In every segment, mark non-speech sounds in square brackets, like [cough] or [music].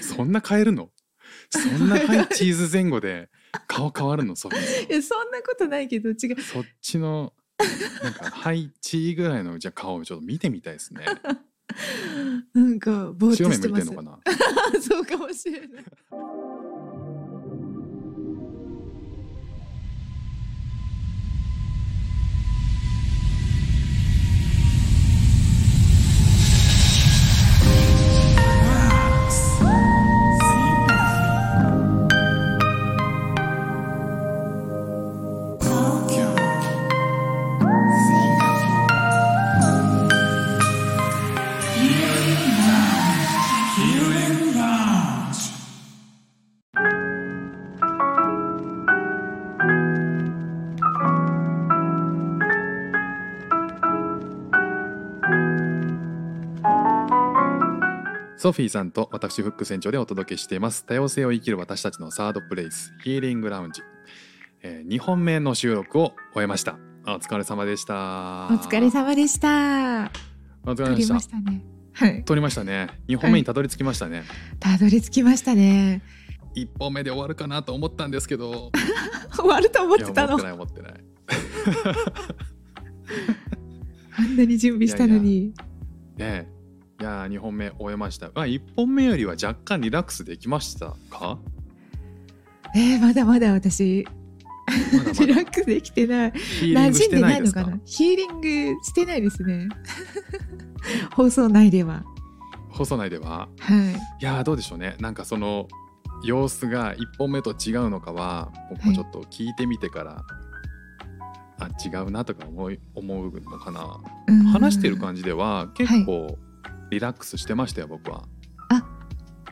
そんな変えるのそんなハイチーズ前後で顔変わるのそんない [laughs] やそんなことないけど違うそっちのなんかハイチーぐらいのじゃあ顔をちょっと見てみたいですねなんかぼーっと白目して向いてまんすのかなそうかもしれないソフィーさんと私フック船長でお届けしています多様性を生きる私たちのサードプレイスヒーリングラウンジ、え2本目の収録を終えましたあお疲れ様でしたお疲れ様でしたお疲れ撮様でりしたましたねはい撮りましたね2本目にたどり着きましたね、たどり着きましたね一本目で終わるかなと思ったんですけど終わると思っいやて思たのってない思ってないあんなに準備したのにねえいや2本目終えましたまあ1本目よりは若干リラックスできましたかえー、まだまだ私ま [laughs] だまリラだックスできてないヒーリング馴染しんてでなないいでのすかかなヒーリングしてないですね [laughs] 放送内では細内でははいいやーどうでしょうねなんかその様子が1本目と違うのかは僕もちょっと聞いてみてから、あ違うなとか思い思うのかなうん話してる感じでは結構リラックスしてましたよ、僕は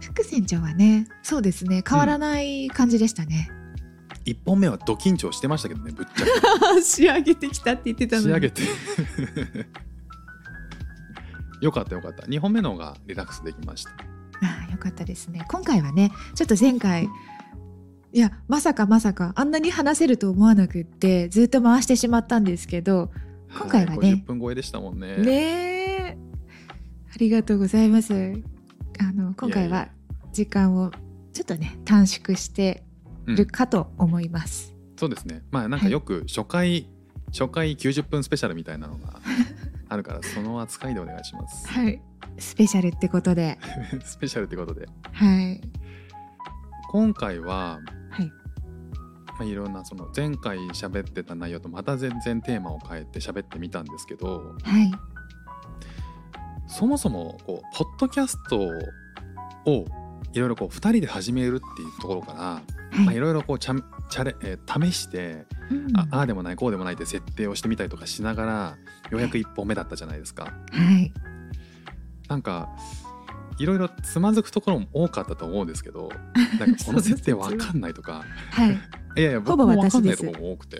副船長はねそうですね変わらない感じでしたね、 1本目はド緊張してましたけどねぶっちゃけ [laughs] 仕上げてきたって言ってたの仕に上げて [laughs] よかったよかった2本目の方がリラックスできましたああよかったですね今回はねちょっと前回いやまさかまさかあんなに話せると思わなくってずっと回してしまったんですけど今回はねい50分超えでしたもんねねえありがとうございますあの今回いやいはや時間をちょっとね短縮してうんるかと思います、そうですねまあなんかよく初回、初回90分スペシャルみたいなの [laughs] があるからその扱いでお願いします [laughs] はいスペシャルってことでスペシャルってことではい今回は、はいまあ、いろんなその前回喋ってた内容とまた全然テーマを変えて喋ってみたんですけどはいそもそもこうポッドキャストをいろいろこう2人で始めるっていうところからまあはいい、ろいろこうちゃんチャレ、えー試して、うんあああでもないこうでもないって設定をしてみたりとかしながらようやく1本目だったじゃないですか。はいなんかいろいろつまずくところも多かったと思うんですけ [laughs] どなんかこの設定わかんないとか [laughs] はいいやいや僕ほぼもわか私んなでいすところも多くて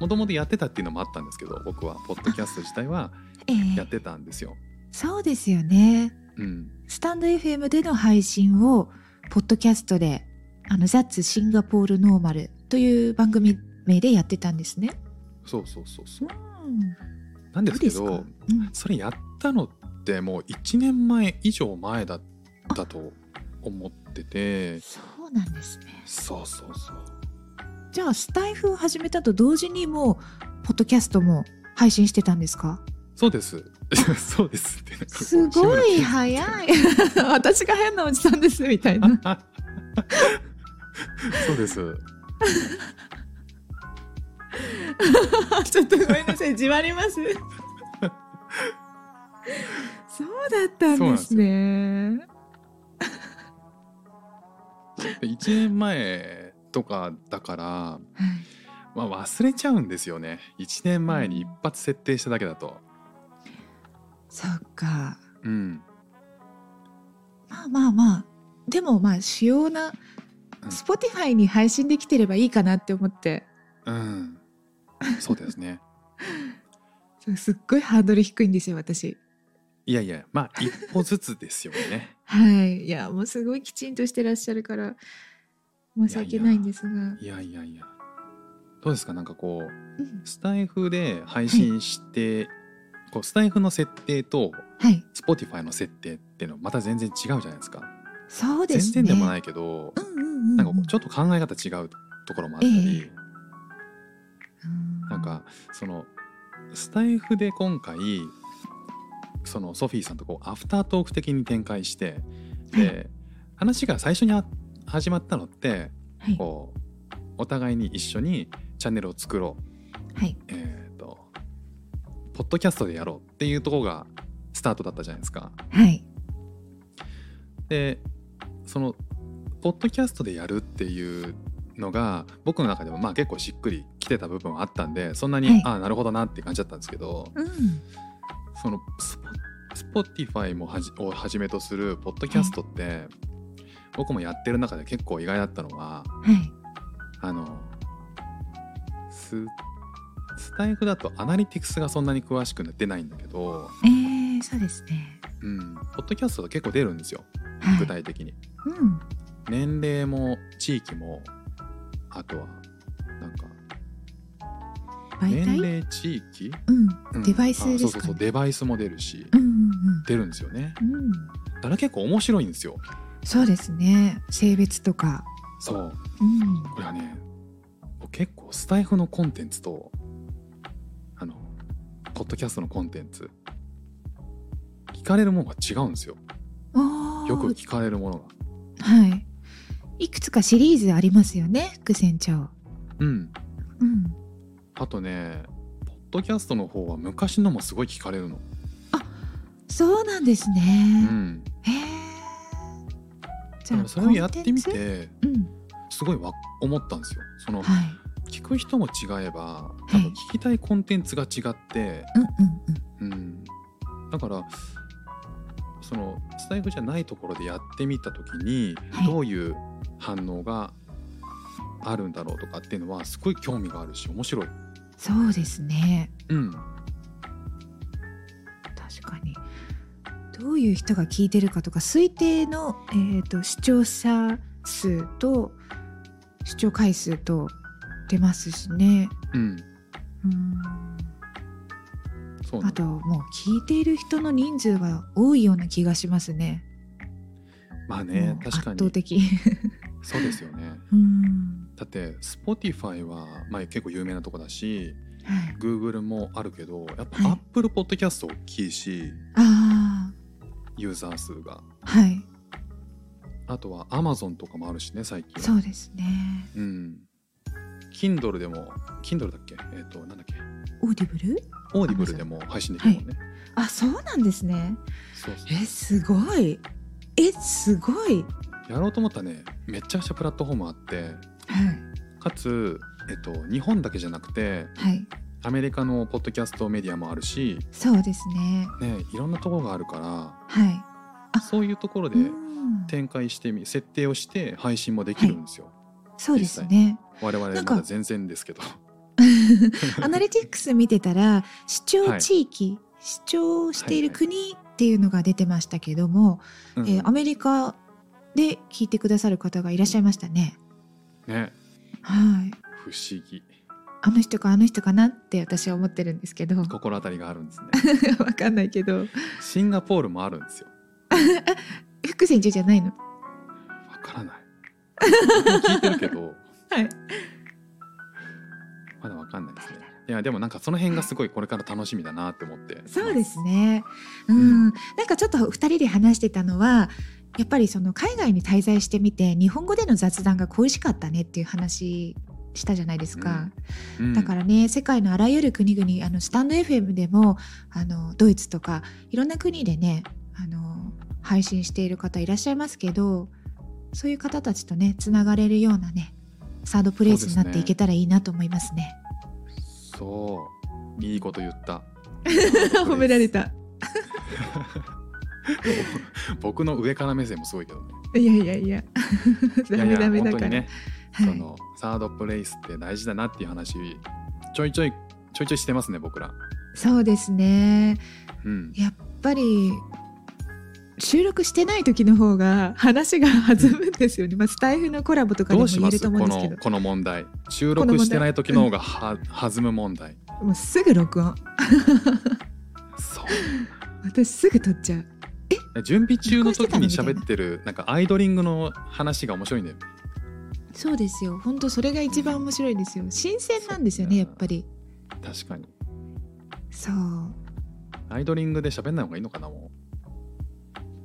もともとやってたっていうのもあったんですけど僕はポッドキャスト自体はええやってたんですよ。そうですよねうん、スタンド FM での配信をポッドキャストであの「ザッツシンガポールノーマル」という番組名でやってたんですね。そうそうそうそううん、なんですけどどうですかうんそれやったのってもう1年前以上前だったと思っててそうなんですね。そうそうそうじゃあスタイフを始めたと同時にもうポッドキャストも配信してたんですかそうです [laughs] そうですってなんかこうすごい志村けんさんみた早い [laughs] 私が変なおじさんですみたいな [laughs] そうですちょっとごめんなさいじわ [laughs] りますそうだったんですねで1年前とかだから、はいまあ、忘れちゃうんですよね1年前に一発設定しただけだとそっかうんまあまあまあでもまあ主要なうん Spotify に配信できてればいいかなって思ってうんそうですねそうすっごいハードル低いんですよ私いやいやまあ一歩ずつですよねはいいやもうすごいきちんとしてらっしゃるから申し訳ないんですがいやいやいやどうですかなんかこううんスタイフで配信して、こうスタイフの設定とはい Spotify の設定っっていうのはまた全然違うじゃないですか。そうですね全然でもないいけど、うんうんうんうんなんかこうちょっと考え方違うところもあったり、うんなんかそのスタイフで今回そのソフィーさんとこうアフタートーク的に展開してで話が最初にあ始まったのってはいこうお互いに一緒にチャンネルを作ろう、はいえー、とポッドキャストでやろうっていうところがスタートだったじゃないですか。はいでそのポッドキャストでやるっていうのが僕の中でもまあ結構しっくりきてた部分はあったんでそんなに、はいああなるほどなって感じだったんですけどうんそのスポスポティファイもはじをはじめとするポッドキャストって、僕もやってる中で結構意外だったのははいあのススタイフだとアナリティクスがそんなに詳しく出ないんだけど、えー、そうですねうん、ポッドキャストだと結構出るんですよはい具体的に。うん年齢も地域もあとはなんか媒年体齢地域、うんうんデバイスあですかねそうそうそうデバイスも出るし、うんうん出るんですよねうんうんだから結構面白いんですよそうですね性別とかそううんこれはね僕結構スタイフのコンテンツとあのポッドキャストのコンテンツ聞かれるものが違うんですよあーよく聞かれるものがはいいくつかシリーズありますよね副船長うんうんあとねポッドキャストの方は昔のもすごい聞かれるのそうなんですうね、んへえじだからそれをやってみコンてテンツうんすごいわ思ったんですよ。そのはい聞く人も違えば多い分聞きたいコンテンツが違って、うんうんうんうん、だからそのスタイフじゃないところでやってみた時にはいどういう反応があるんだろうとかっていうのはすごい興味があるし面白い。そうですねうん、確かにどういう人が聞いてるかとか推定の、えー、と視聴者数と視聴回数と出ますしねうん、うんそうなあんだともう聞いている人の人数が多いような気がしますねまあねもう確か圧倒に的そうですよね。うんだって Spotify は、まあ、結構有名なとこだしはい Google もあるけどやっぱはい Apple Podcast 大きいし、あユーザー数が。あはいあとはアマゾンとかもあるしね最近そうですねうん、Kindle でも Kindle だっけえっ、となんだっけオーディブルオーディブルでも配信できるもんね、あそうなんですねそうそうえすごいえすごいやろうと思ったらねめちゃくちゃプラットフォームあってはいかつ、えっと日本だけじゃなくてはいアメリカのポッドキャストメディアもあるし、そうですねね、いろんなところがあるからはいあそういうところでうん展開してみ設定をして配信もできるんですよ、そうですね我々なまんかだ全然ですけどアナリティクス見てたら視聴地域、視聴している国っていうのが出てましたけども、うんえーアメリカで聞いてくださる方がいらっしゃいましたねねはい不思議あの人かあの人かなって私は思ってるんですけどわ心当たりがあるんですね [laughs] かんないけどシンガポールもあるんですよ福船長じゃないのわから [laughs] ない。聞いてるけど、はいまだわかんないですね。いや、でもなんかその辺がすごいこれから楽しみだなって思って。そうです。ね。うん、なんかちょっと二人で話してたのは。やっぱりその海外に滞在してみて日本語での雑談が恋しかったねっていう話したじゃないですか、うん、、だかららね世界のあらゆる国々あのスタンド FM でもあのドイツとかいろんな国でねあの配信している方いらっしゃいますけどそういう方たちとねつながれるようなねサードプレイスになっていけたらいいなと思いますね。そう、いいこと言った。褒められた。僕の上から目線もすごいけどね。いやいやいやいダやいメやダメだ本当から。にね、はい、そのサードプレイスって大事だなっていう話。ちょいちょい、ちょいちょいしてますね、僕ら。そうですねうん。やっぱり収録してない時の方が話が弾むんですよね、まあ、スタイフのコラボとかでどもうし言えまるすとこ思うんですけのどこの問題収録してない時の方がは弾む問題もうすぐ録音そう私すぐ撮っちゃうえ準備中の時に録音してたの喋みたいなってるなんかアイドリングの話が面白いんだよねそうですよ本当それが一番面白いですよ新鮮なんですよねそやうっぱり確かにそうアイドリングで喋んない方がいいのかなも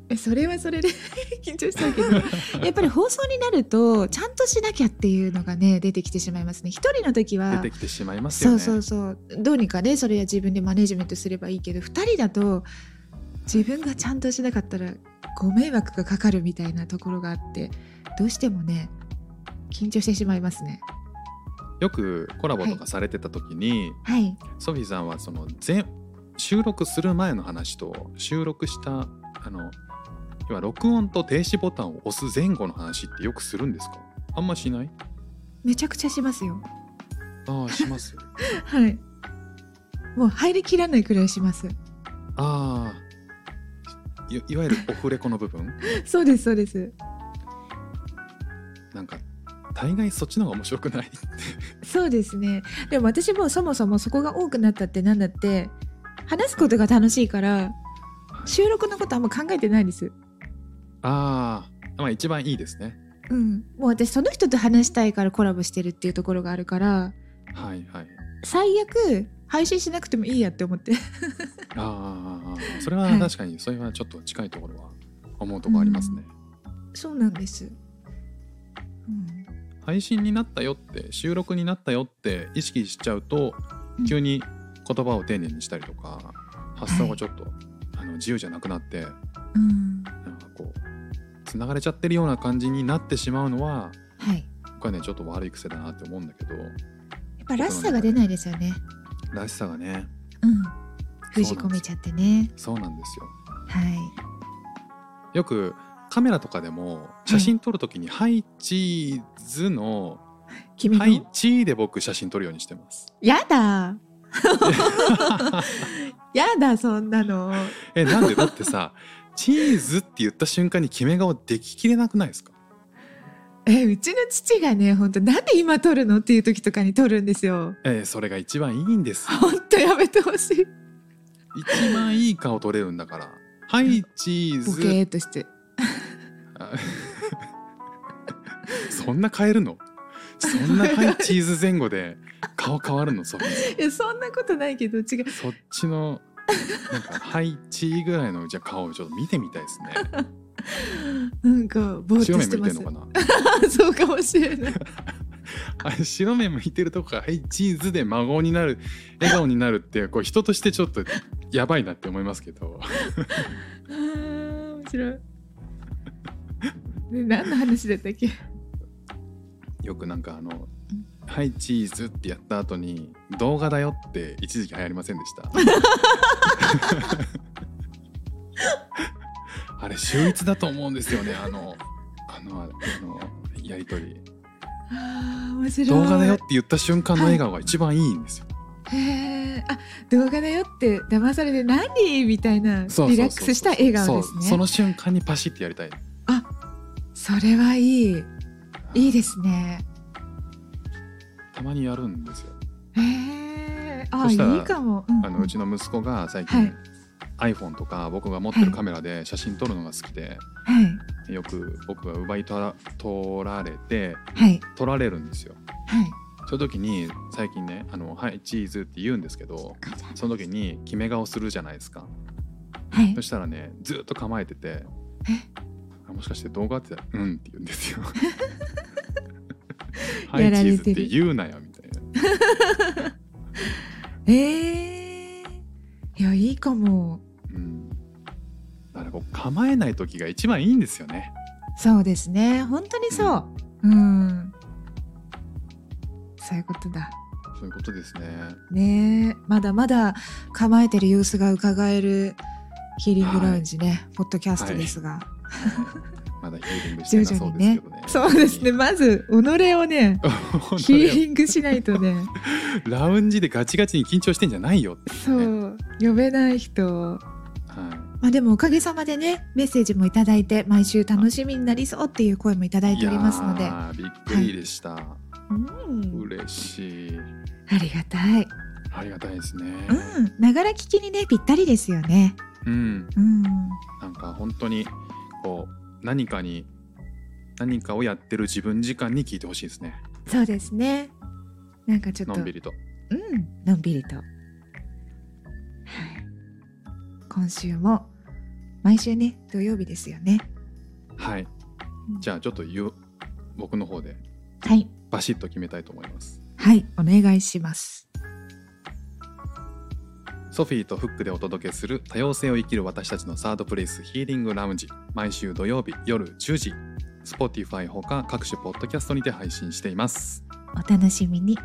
えそれはそれで [laughs] 緊張しちゃうけど [laughs] やっぱり放送になるとちゃんとしなきゃっていうのがね出てきてしまいますね一人の時うは出てきてしまいますよそねうそうそうどうにかねそれは自分でマネジメントすればいいけど二人だと自分がちゃんとしなかったらご迷惑がかかるみたいなところがあってどうしてもね緊張してしまいますねよくコラボとかされてた時に、はいソフィーさんはその前収録する前の話と収録したあの要は録音と停止ボタンを押す前後の話ってよくするんですかあんましないめちゃくちゃしますよああしますよはいもう入りきらないくらいします [laughs] ああいいわゆるオフレコの部分そうですそうですなんか大概そっちの方が面白くないそうですねでも私もそもそもそこが多くなったってなんだって話すことが楽しいから収録のことあんま考えてないんですああまあ一番いいですねうん、もう私その人と話したいからコラボしてるっていうところがあるからはいはい最悪配信しなくてもいいやって思ってあーあーあーそれははい確かにそれはちょっと近いところは思うところありますね、そうなんです、うん、配信になったよって収録になったよって意識しちゃうとうん急に言葉を丁寧にしたりとか、発想がちょっと、あの自由じゃなくなってうん、なんかこうつながれちゃってるような感じになってしまうのははいこれねちょっと悪い癖だなって思うんだけどやっぱらしさが出ないですよねらしさがねうん封じ込めちゃってねそうなんですよはいよくカメラとかでも写真撮るときに「ハイチーズ」の「君の、ハイチー」で僕写真撮るようにしてます。やだやだそんなのえなんでだって [laughs] さ「チーズ」って言った瞬間に決め顔でききれなくないですかえうちの父がね本当なんで今撮るのっていう時とかに撮るんですよえーそれが一番いいんですよ本当やめてほしい一番いい顔撮れるんだから「はいチーボズケ」ーっとしてあ [laughs] そんな変えるのそんな「はいチーズ」前後で顔変わるのそいやそんなことないけど違うそっちのなんか「はいチー」ぐらいのじゃあ顔をちょっと見てみたいですねなんかぼーっ白と目向していてるますのかなそうかもしれない [laughs] あれ白目向いてるとこが「はいチーズ」で孫にな [laughs] る笑顔になるってこう人としてちょっとやばいなって思いますけどあー面白いで何の話だったっけよくなんかあの「はいチーズ」ってやった後に「動画だよ」って一時期流行りませんでした [laughs] あれ秀逸だと思うんですよねあのあのあのやりとりあー面白い動画だよって言った瞬間の笑顔が一番いいんですよ、へーあ動画だよって騙されて何みたいなリラそうそうそうックスした笑顔ですそうねその瞬間にパシってやりたいそれはいいいいですねたまにやるんですよへえあそしたらいいかも、んあのうちの息子が最は近い、 iPhone とか僕が持ってるカメラで写真撮るのが好きで、はいよく僕が奪い取ら取られてはい取られるんですよはいそういう時に最近ね「あのはいチーズ」って言うんですけどその時に決め顔するじゃないですかはいそしたらねずっと構えててえあもしかして動画って「うん」って言うんですよ「は [laughs] やいらチれーズ」てっるて言うなよみたいなえーいやいいかもうんだからこう構えない時が一番いいんですよねそうですね本当にそううん、そういうことだそういうことですね [laughs] ねえまだまだ構えてる様子が伺えるヒーリングラウンジね、ポッドキャストですが、まだヒーリングしてなそうですけどねそうですねまず己をね [laughs] 本当ヒーにリングしないとねラウンジでガチガチに緊張してんじゃないよってそね、う呼べない人はまあでもおかげさまでねメッセージもいただいて毎週楽しみになりそうっていう声もいただい、いておりますのいでやーびっくりでした、うん嬉しいありがたいありがたいですね、うんながら聞きにねぴったりですよねうん、うん、なんか本当にこう何かに何かをやってる自分時間に聞いてほしいですねそうですね。なんかちょっとのんびりとうん、のんびりと。はい。今週も毎週ね土曜日ですよね。はいじゃゃあちょっと言う僕の方ではいバシッと決めたいと思いますはいお願いします。ソフィーとフックでお届けする多様性を生きる私たちのサードプレイスヒーリングラウンジ毎週土曜日夜10時 Spotify ほか各種ポッドキャストにて配信していますお楽しみに。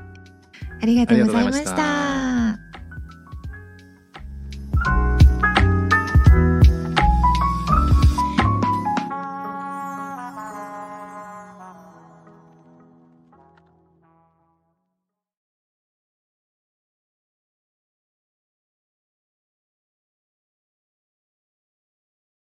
ありがとうございまし。ありがとうございました